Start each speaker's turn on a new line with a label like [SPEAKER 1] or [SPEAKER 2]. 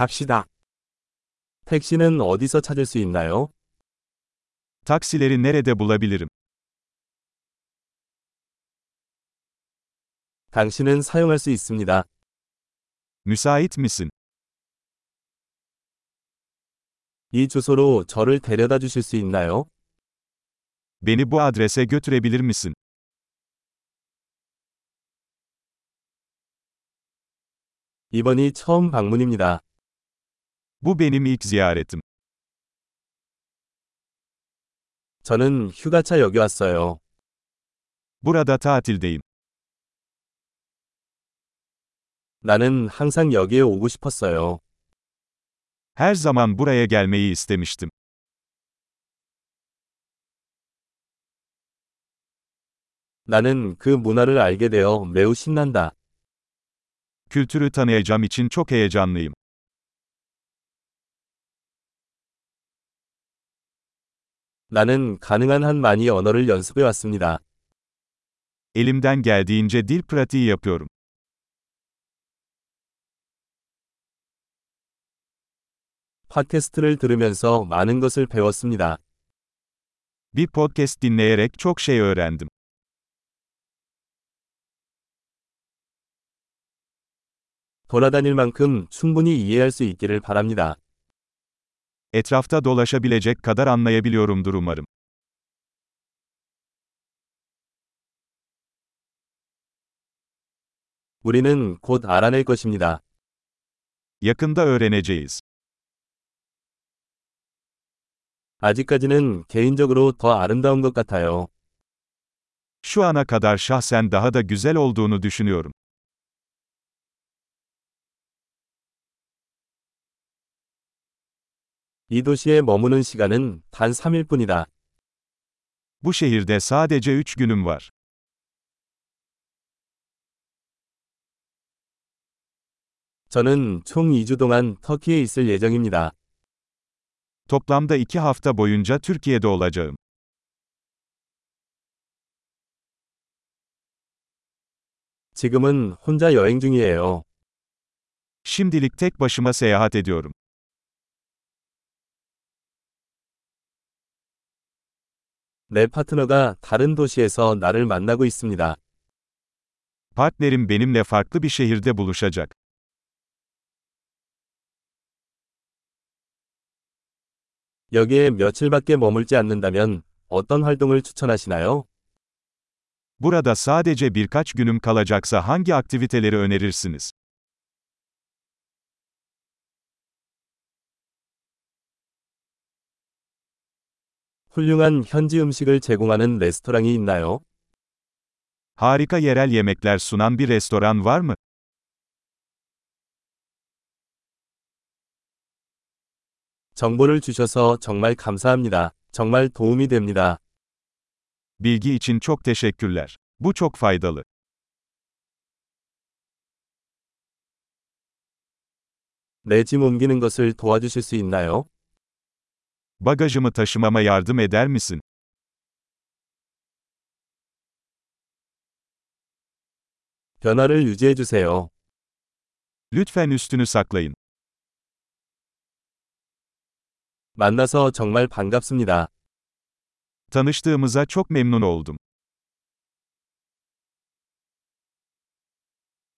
[SPEAKER 1] 갑시다. 택시는 어디서 찾을 수 있나요?
[SPEAKER 2] Taksileri nerede bulabilirim?
[SPEAKER 1] 당신은 사용할 수 있습니다.
[SPEAKER 2] Müsait misin?
[SPEAKER 1] 이 주소로 저를 데려다 주실 수 있나요?
[SPEAKER 2] Beni bu adrese götürebilir misin?
[SPEAKER 1] 이번이 처음 방문입니다.
[SPEAKER 2] Bu benim ilk ziyaretim.
[SPEAKER 1] 저는 휴가차 여기 왔어요.
[SPEAKER 2] Burada tatildeyim.
[SPEAKER 1] 나는 항상 여기에 오고 싶었어요.
[SPEAKER 2] Her zaman buraya gelmeyi istemiştim.
[SPEAKER 1] 나는 그 문화를 알게 되어 매우 신난다.
[SPEAKER 2] Kültürü tanıyacağım için çok heyecanlıyım.
[SPEAKER 1] 나는 가능한 한 많이 언어를 연습해 왔습니다.
[SPEAKER 2] Elimden geldiğince dil pratiği yapıyorum.
[SPEAKER 1] 팟캐스트를 들으면서 많은 것을 배웠습니다.
[SPEAKER 2] Bir podcast dinleyerek çok şey öğrendim.
[SPEAKER 1] 돌아다닐 만큼 충분히 이해할 수 있기를 바랍니다.
[SPEAKER 2] Etrafta dolaşabilecek kadar anlayabiliyorumdur umarım.
[SPEAKER 1] 우리는 곧 알아낼 것입니다.
[SPEAKER 2] Yakında öğreneceğiz.
[SPEAKER 1] 아직까지는 개인적으로 더 아름다운 것 같아요.
[SPEAKER 2] Şu ana kadar şahsen daha da güzel olduğunu düşünüyorum.
[SPEAKER 1] 이 도시에 머무는 시간은 단 3일 뿐이다.
[SPEAKER 2] Bu şehirde sadece 3 günüm var.
[SPEAKER 1] 저는 총 2주 동안 터키에 있을 예정입니다.
[SPEAKER 2] Toplamda 2 hafta boyunca Türkiye'de olacağım.
[SPEAKER 1] 지금은 혼자 여행 중이에요.
[SPEAKER 2] Şimdilik tek başıma seyahat ediyorum.
[SPEAKER 1] 내 파트너가 다른 도시에서 나를 만나고 있습니다.
[SPEAKER 2] Partnerim benimle farklı bir şehirde buluşacak.
[SPEAKER 1] 여기에 며칠밖에 머물지 않는다면 어떤 활동을 추천하시나요?
[SPEAKER 2] Burada sadece birkaç günüm kalacaksa hangi aktiviteleri önerirsiniz?
[SPEAKER 1] 훌륭한 현지 음식을 제공하는 레스토랑이 있나요?
[SPEAKER 2] Harika yerel yemekler sunan bir restoran var mı?
[SPEAKER 1] 정보를 주셔서 정말 감사합니다. 정말 도움이 됩니다.
[SPEAKER 2] Bilgi için çok teşekkürler. Bu çok faydalı.
[SPEAKER 1] 내 짐 옮기는 것을 도와주실 수 있나요?
[SPEAKER 2] Bagajımı taşımama yardım eder misin?
[SPEAKER 1] 변화를 유지해 주세요.
[SPEAKER 2] Lütfen üstünü saklayın.
[SPEAKER 1] 만나서 정말 반갑습니다.
[SPEAKER 2] Tanıştığımıza çok memnun oldum.